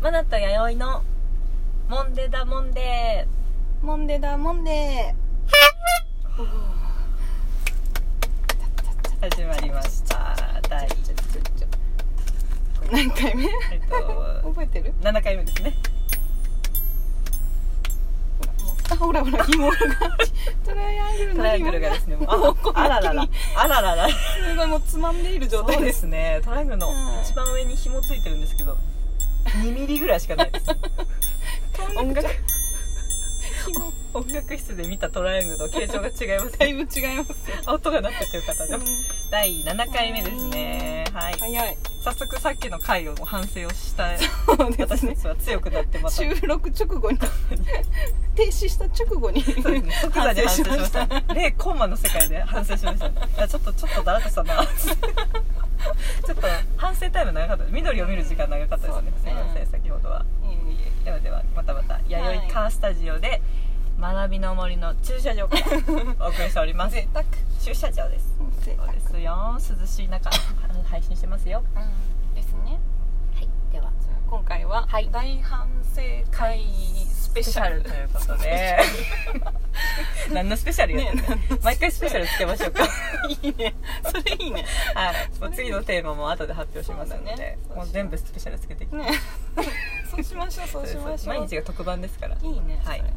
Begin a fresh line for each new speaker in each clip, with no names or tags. マナと弥生のモンデだモンデ
モンデだモンデ
ー始まりました第
何回目
えっと
覚えてる
7回目ですね
あほらほら紐がトライアングル
トラ
の
イアング
紐
ル
が
がですねもう
もうこん
ああ
な
らららあららら
すごいもうつまんでいる状
そう
態
で
です
すねトライアングルの
はい
一番上に紐ついてるんですけど2ミリぐらいしかないです 音楽 音楽室で見たトライアングルと形状が違います
だいぶ違いますよ、
音がなってという方でも第7回目ですねはい
早い
早速さっきの回を反省をしたい
そうで
私た
すね
ちは強くなってまたそう
収録直後に停止した直後に
ですね即座に反省しました0コンマの世界で反省しましたいやちょっとちょっとだらけたなちょっと反省タイム長かったです緑を見る時間長かったですね
そうです
すい
ね
ません先ほどはい
えい
で
え
はではまたまた弥生カースタジオで学びの森の駐車場から お送りしております
贅沢
駐車場です
贅
そう
沢
ですよ涼しい中配信してますよ
うんですね
はいでは
じゃあ今回は
はい
大反省会スペシャル
ということで 何のスペシャルやってんの
ね
毎回スペシャルつけましょうか
いいねそれいいね
はいもう 次のテーマも後で発表しますので、
そうだね
もう全部スペシャルつけていきたい
ねそうし ましょうそうしましょう
毎日が特番ですから
いいね
はい
それ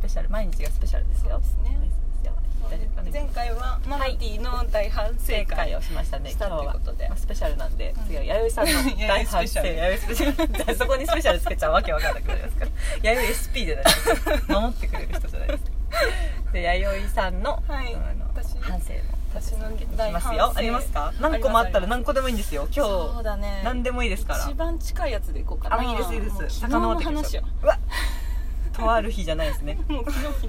スペシャル毎日がスペシャルです
そう
よ
ですね
そうですよ大丈夫か
う
ね
ん前回はマナティの大反省
正解
会
をしましたね
した
今日は
ということで
まあスペシャルなんで、
うん
次は弥生さん の大反省
弥
弥生スペシャルそこにスペシャルつけちゃうわけわかんなくなりますから弥生 SP じゃないです守ってくれる人じゃないですで弥生さんの,、
はい
あの
私
反省も
私の
あ
大
りま
反
す
省
よありますか何個もあったら何個でもいいんですよ今
今そう
日
だね
何でもいいですから
一番近いやつでいこうかな
あいいですいいで
もう
す
昨日の
遡ってきま
話
しょ
よ
ううわとある日じゃないですね
もう昨日昨日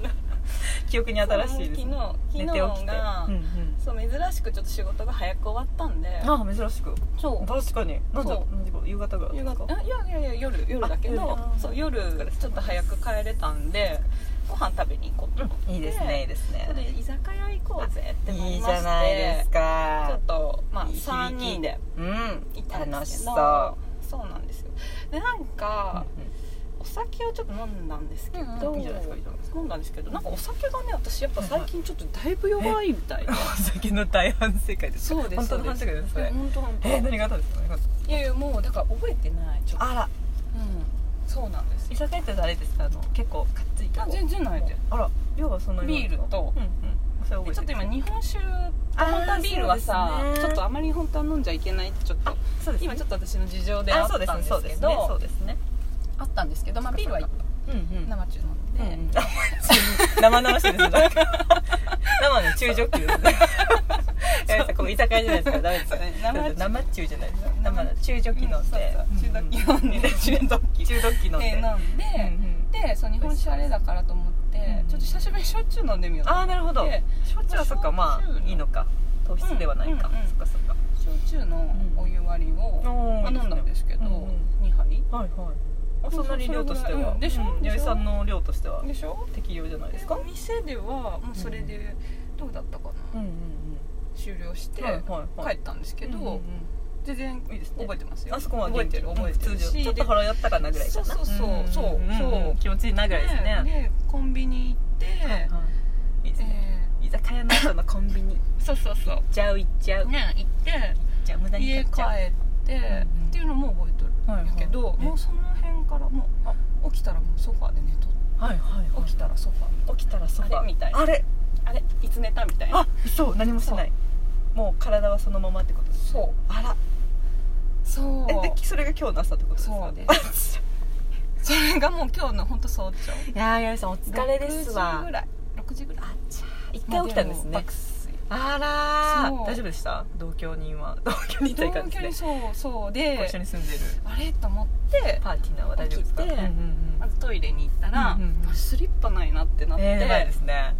記憶に新しいです、ね、
昨日
寝
昨
て起き
日
て、
が
うんうん
そう珍しくちょっと仕事が早く終わったんで
ああ珍しく
そう
確かに何だ
そう
何時頃夕方ぐらい
夕
ですか
方あいやいやいや夜夜だけど
あ夜
そう夜ちょっと早く帰れたんでご飯食べに行こうと思って、
いいですねいいです
それ
ね
で居酒屋行こうぜってないり
いじ
まして
ゃないです
ちょ
か
っとまあ
いい響き
3人で
うん
行ったん
楽
で
し
すけ
そ
ど
う
そうなんですよでなんかお酒をちょっと飲んだんですけど、
うんうんいいじゃないですかいいじゃないです
飲んだんですけどなんかお酒がね私やっぱ最近ちょっとだいぶ弱いみたいで
お酒の大反省会ですか
そうです
本当の反省会ですそれ
本当本当
えー何があったんですか何があったんです
いやいやもうだから覚えてないちょっと
かあら
うんそうなんです
居酒屋ってあれですかあの結構かっついた
あ全然ないで
あら量はそんなに
ビールと
うんうんそれ覚え
ちょってと
る
今日本酒
あ
本当はビールはさ、
そうです
ち
ね
ょっとあまり本当は飲んじゃいけないってちょっと
そうですね
今ちょっと私の事情であ
あ
っ
そうです
たん
ね
です
そうで
け
す
ど
ねそうですね
あったんですけど、まあ、ビールは
うんうん
生中飲んで、
うんうん生々しいですねなんか生の中ジョッキですねえーここ居酒屋じゃないですからダメですよ
そう生中
生中じゃないですか生の中ジョッキ飲んで
うんそうそう中毒飲んで
中ドッキ中ドッキ飲ん
で
で
飲んで、
うん
でそう日本酒あれだからと思って、
うん
ちょっと久しぶりに焼酎飲んでみようと
ああ
思って
なるほど
で
焼酎はそっかまあ
焼酎の
いいのか糖質ではないか
うんうんうん
そっかそっか
焼酎のお湯割りを、
お
まあ飲んだんですけど、
うんうん
2杯
はいはいそ
そうん
なに量として
それぐらい
は
うんでしょ
うん
でしょ
弥生さんの量としては
でしょ
適用じゃないで
です
か
お店ではもうそれでどうだったかな、
うんうん
終了して、
はいはいはい
帰ったんですけ
け
ど、
ど
全然
いいですね
覚えてますよ
あそこは
覚え
元気
てる覚えてる
うん普通
し
にちょっと腹やったかなぐらいかな
そうそうそうんそうそう
気持ちいいなぐらいですね
ででコンビニ行って、
はいいいですね
え
居酒屋の後のコンビニ行
ーそうそうそ
っちゃう行っちゃう
う
行っ
ね行って
ちゃう無駄に買っ
家帰
ちゃう
って、
うんうん
っていうのも覚えてる
はい
んやけど、
はい
もうその辺からもうあ起きたらもうソファーで寝とっ
はいはいはい
起きたらソファー
起きたらそば
あれみたいな
あれ
あれいつ寝たみたいな
あそう何もしてないもう体はそのままってことです
そう
あら
そう
え でそれが今日の朝ってことですか
そうですそれがもう今日の本当早朝
いやーやさんお疲れです
6時ぐ
わ
らい6時ぐらい
あっちゃー一回起きたんです
まあ
ねあら
も爆睡そう
ー大丈夫でした同居人 は同居人というか
同
です
居
ね
にそうそう
ご
で
一緒に住んでる
あれと思って
パーティーナーは大丈夫ですか
起きて
うんうんうん
まずトイレに行ったら、
うんうんうん
スリッパないなってなって、
えー、やばいですね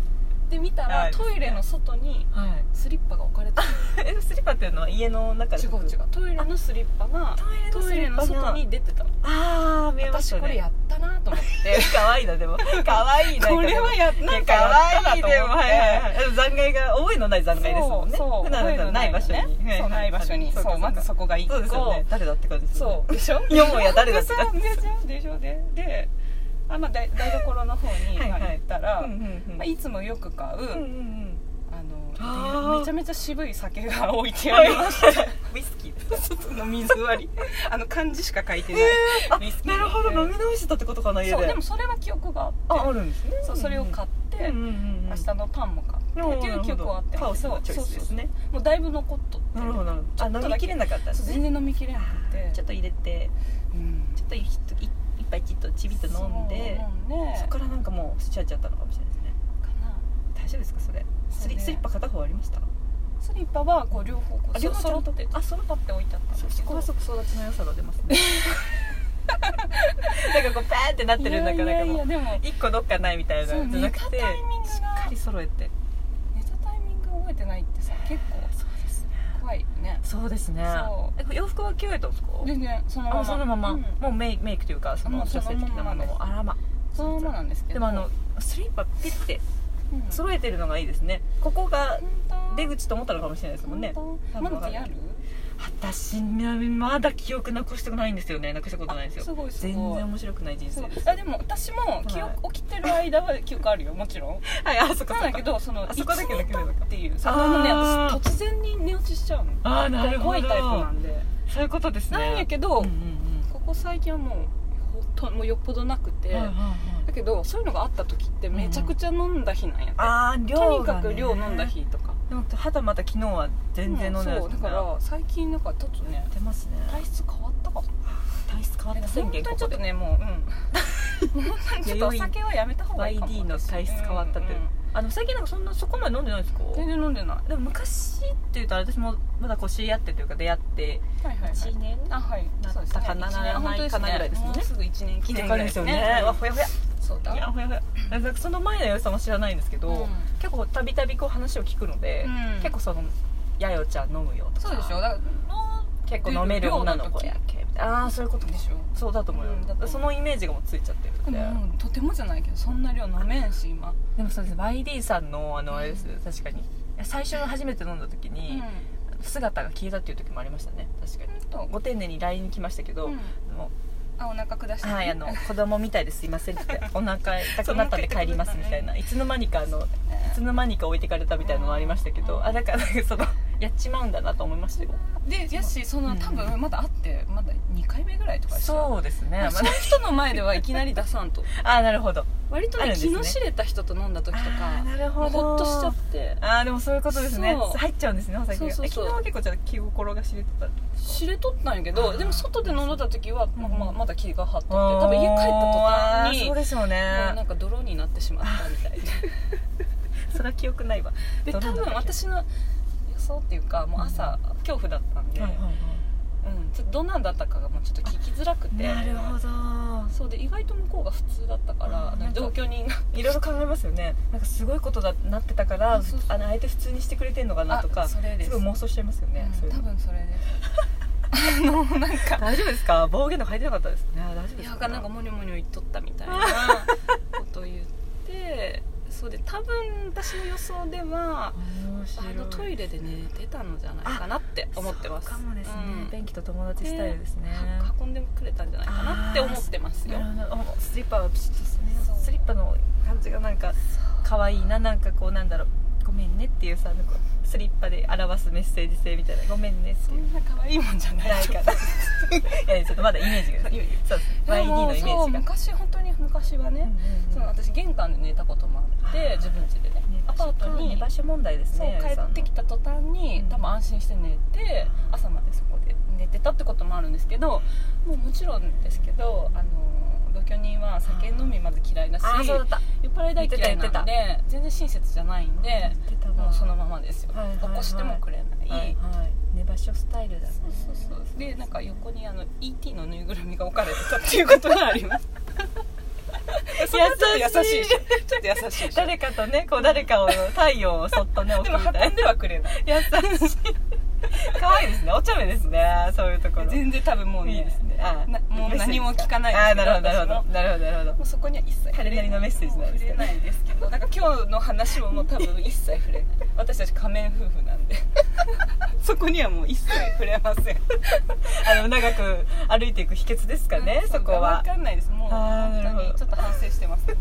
で見た
は
ら
い
トイレの外に
はい
スリッパが置かれてる
えスリッパっていうのは家の中で
違う違うトイレのスリッパが
トイレの
ト
ス
イ
リ
レ
ッパ
の
が
外に出てたの
ああ見えまし
私
たね
これやったなと思って
可愛いなで も可愛いな
これはや
な
なんん
か
か
や
や
っ
ったた
な
な
と
と
思って
思って
残骸が思いのない残骸ですもんね
そう
普段だったらない場所にはい
そうない場所に
はい
そうまずそこが一個
そうですよね誰だって感じですよね
そう でしょ
いやもうや誰だって
でさでしょでしょでであまあ台台所の方に
はい
ま
は
あ
い
行ったら
うんうんうん
まあいつもよく買う、
うんうんうん
あ
あー
のめちゃめちゃ渋い酒が置いてありまして
ウイスキー
外の水割りあの漢字しか書いてない、
あ
ウイスキ ー
なるほど飲み直してたってことかな家で
そうでもそれは記憶があ
あ
っ
あるんですね
てそうそれを買って、
うんうんうん
明日のパンも買
なる
って
ほ
って
ど
いう記憶はあって
カオスなチョイスですね
そうそうそうもうだいぶ残っとって
なるほどなるほど
ちょっ
あ飲
とだけ
みきれなかったんで
そ
す
う
ね
全然飲みきれなくて
ちょっと入れて
うん
ちょっと一一杯ちっとちびっと飲んで
そう飲んで
そっからなんかもうしちゃっちゃったのかもしれないですね
かな
大丈夫ですかそれスリ
そうね
スリッパ片方ありました
スリッパはこう両方こ
あ
う
両方ちゃ
揃
ん
っ
と
て
あ揃っ
パッて置いてあったんですけど
く育ちの良さが出ます ねなんかこうパーンってなってる中な
い
ん
や
か
いやい
も
や
う
でも
一個どっかないみたいな
そう
じゃ
寝
な
た
く
タ
て
イミング
しっ
が
かり揃えて
寝たタイミング覚えてないってさ結構
そうですね
怖いね
そうですね
そう
え洋服は着替えたんですか
全然そのまま
あそのまま、
うん
もうメイメイクというかそ
も
の
うそ
女
の
性的なものを
ま
あらま
そのままなんですけど
でもあのスリッパピッて
うん
揃えてるのがいいですねここが
本当
出口と思ったのかもしれないですもんね
本当
多分
ま
わか
だ
る
やる
私まだ記憶なくしたくないんですよねなくしたことないんですよ
あすごいすごい
全然面白くない人
そ
生
う
です
あでも私も記憶、起きてる間は記憶あるよもちろん
はいあそっか
な
そっ
んだ
か
けどその
あそこだけ抜けるの
いつ
か
っていうそ
あー
のね私突然に寝落ちしちゃうの
あーなるほど
怖いタイプなんで
そういうことですね
なんやけ
ど
ど、
うんうん
ここ最近はもうほんともうよっぽどなくて、
うん、はいはいはい
だけどそういうのがあった時ってめちゃくちゃ飲んだ日なんやって、
あー量が、ね、
とにかく量飲んだ日とか
でもはたまた昨日は全然飲んでない
そうだから最近なんかちょっとね
出ますね
体質変わったかも
体質変わった宣
本当
言
に
こ
ち
こ
ょっと
で
ねも ううんちょっとお酒はやめた方がいいかも
YD の体質変わったって
うんうん
あの最近なんかそんなそこまで飲んでないんですか
全然飲んでない
でも昔っていうと私もまだこう知り合ってというか出会って
はいはい、はい、
年
あはい
な
そうです
なかなならないかなぐらいですね
もうすぐ一年
記
記
念
念ぐ
ぐ
ら
ら
い
いです
で
す
ね
よねわほやほや
そうだ
いやほやほやなんかその前のよさも知らないんですけど、
うん
結構たびたびこう話を聞くので、
うん
結構その「やよちゃん飲むよ」とか
そうでしょだからの
結構飲める女の子やけみたいなああーそういうこと
でしょ
そうだと思うよ、
うんだと思う
そのイメージがもうついちゃってるん
で
で、
ももうとてもじゃないけどそんな量飲めんし今、
でもそうです YD さんのあのあれです
う
確かに最初の初めて飲んだ時
うん
に、姿が消えたっていう時もありましたね確かに
ほんと
ご丁寧に LINE に来ましたけど、
うん
も
あお腹下し
う
てね
はいあの子供みたいですいませんって言 ってお腹痛くなったんで帰りますみたいないつの間にかあのいつの間にか置いてかれたみたいなのもありましたけど、
うん
あだからなんかその やっちまうんだなと思いましたよ
でやしその多分まだ会ってまだ2回目ぐらいとかでしょ
そうですね、
まあそういう人の前ではいきなり出さんと
ああなるほど
割と
あるん
ね
です
気
ね
の知れた人と飲んだ時と
あー
か
なるほ
もう
ど
ほっとしちゃって
ああでもそういうことですね
そう
入っちゃうんですねお酒が
そうそうそう
え昨日は結構じゃあ気心が知れてた
知れとったんやけ
あ
ど
ー
でも外で飲んだ時は、まあまあ、まだ気が張っとって
多
多分家帰った途端に
そうでしょうね
もうなんか泥になってしまったみたいな
それは記憶ないわ
で
泥
多
になって
分私の予想っていうかもう朝、恐怖だったんで、うん、ちょっとどんなんだったかがもうちょっと聞きづらくて
なるほど
そうで意外と向こうが普通だったか
あ
ら
ーなんか
同居人が
いろいろ考えますよねなんかすごいことだなってたから
あそうそう
あの相手普通にしてくれてんのかなとか
あそれです
ごい妄想しちゃいますよね、そううんいうの
多分それです あのなんか
大丈夫ですか暴言とか入ってなかったですね大丈夫
い
です
や
か
なんかモニョモニョ言っとったみたいな ことを言ってそうで多分私の予想では
面
あ
白い
のトイレで寝てたのじゃないかなって思ってます
そうかもですね、
うん
便器と友達スタイルですね
は運んでくれたんじゃないかなって思ってますよ
なるほどスリッパはピシッとですね
そう
スリッパの感じがなんか可愛いななんかこうなんだろうごめんねっていうさなんかスリッパで表すメッセージ性みたいなごめんねって
そ
いうん
な可愛いもんじゃない
ないか ないやちょっとまだイメージが
いやいや
そうです YD のイメ
そう
ージが
昔本当に昔はね、その私玄関で寝たこともあって
あー
自分家でねアパートに
ね場所問題です
そう
ね
帰ってきた途端に、
うん
多分安心して寝て朝までそこで寝てたってこともあるんですけどもうもちろんですけどあの同居人は酒飲みまず嫌いだし
ああそうだった
酔っ払い大嫌
言
いなん
ってた
で全然親切じゃないんでもうそのま
ま
まですよ、
はいはいはい
起こしてもくれない、
はいはい寝場所スタイルだね
そうそうそうでなんか横にあの ET のぬいぐるみが置かれてたっていうことがあります それはちょっと優しいしちょっと優しいし
誰かとねこう誰かを太陽をそっとね置
で
く
も
みたい
運
な
ん ではくれない
優しい可愛いですねお茶目ですねそういうところ
全然多分もうね
いいですねあ
なもう何も聞かない
ああ
です
な
けど
るほどなるほどなるほどなるほ
もうそこには一切触れ
彼なりのメッセージなんですけど
触れないですけどだから今日の話ももう多分一切触れない私たち仮面夫婦なんでそこにはもう一切触れません
どあの長く歩いていく秘訣ですかね
うん
そこ
うか
は
分かんないですもう
あーなるほど
本当にちょっと反省してますも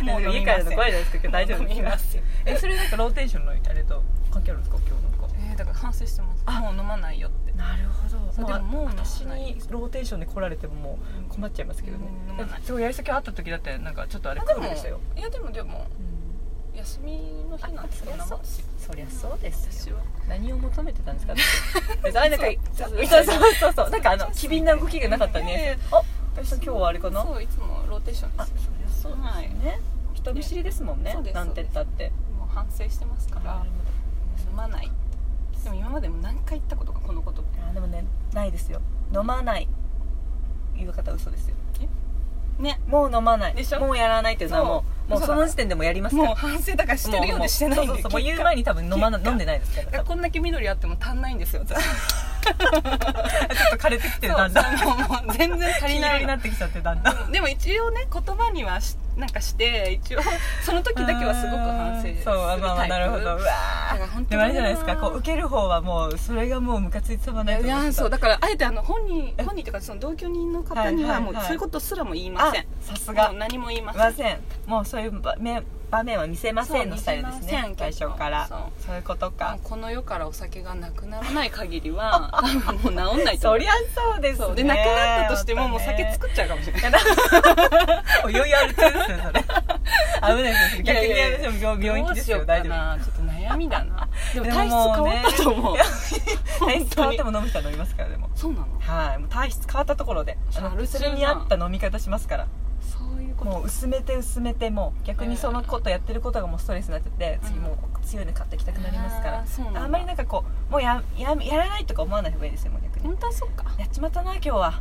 うもう飲
家
み
か
ま
ら
せ
の声じ
ん
ゃないですか大丈
もう飲み
夫
ますよ
えそれなんかローテーションのあれと関係あるんですか今日なんか
えー、だから反省してますもう飲まないよって
なるほど
そう
まあ
でももう飲まない
私にローテーションで来られてももう困っちゃいますけどね
うん飲まない
すごいやり先あった時だってなんかちょっとあれ
あ
ク
で
ー
も
ルでしたよ、
いやでもでも休みの日なんてそんなもんし
そりゃそうで
私は
何を求めてたんですか別にあれなんか
そ
そううそうそうそうそうなんかあの
そう
機敏な動きがなかったねあ私今日はあれかな
そういつもローテーションです
そ
よ
う
はい
ね人見知りですもんね
そうです
なんてったって
もう反省してますから飲まないでも今までも何回言ったことかこのこと
あでもねないですよ飲まない言う方嘘ですよ
ね
もう飲まない
でしょ
もうやらないっていうのはもう
そ
も
う
うその時点でもうやりますから
もう反省だからしてるようでしてないんで
もうもうそうそうそうもう
結
言う
果
前に多分飲まな
結果
飲んでないですから多分
こんだけ緑あっても足んないんですよ私
ちょっと枯れてきてるだんだん
そうもうもう全然足
黄
り
色
ない
になってきちゃってだんだん
でも一応ね言葉にはしなんかして一応その時だけはすごく反省するタイプ
そうまあまあなるほどうわ
だから本当に
でもあれじゃないですかこう受ける方はもうそれがもうムカついてたまんない
い
と思
やそうだからあえてあの本人
え
本人とかその同居人の方に
は
はい
はい
も
はいう
そういうことすらも言いま
あ
せん
さすが
もう何も言いま
い
せ
ま
ん
せんもうそういう場面場面は見せませんの
そう
スタイルです
見せませ
ね
ん
最初から
そ
そう
う
いうこと
も
か
うこの世からお酒がなくならない限りは多分 もう治んないと
そ
思う
りゃそうです
そう
ね
でなくなったとしてももう酒
っ
作っちゃうかもしれない
余裕あるって ですよそれ危ないですよ逆に
いやいやいや
私も病病院行きですよ
どうし
大
うか
丈夫
なちょっと悩み だなでも
でも
体質変
もう
わ
ね
ったと思う
いや体
本
質変
当
わっ
に
ても飲む人は飲みますからでも
そうなの
はいもう体質変わったところであ
あ
の
る
それに合った飲み方しますから
そういうこと
もう薄めて薄めてもう逆にそのことやってることがもうストレスになってて
うん
次もう強いの買ってきたくなりますから
あーそうなんだ
あんまりなんかこうもうやややらないとか思わない方がいいですよもう逆に
本当はそっか
やっちまったな今日は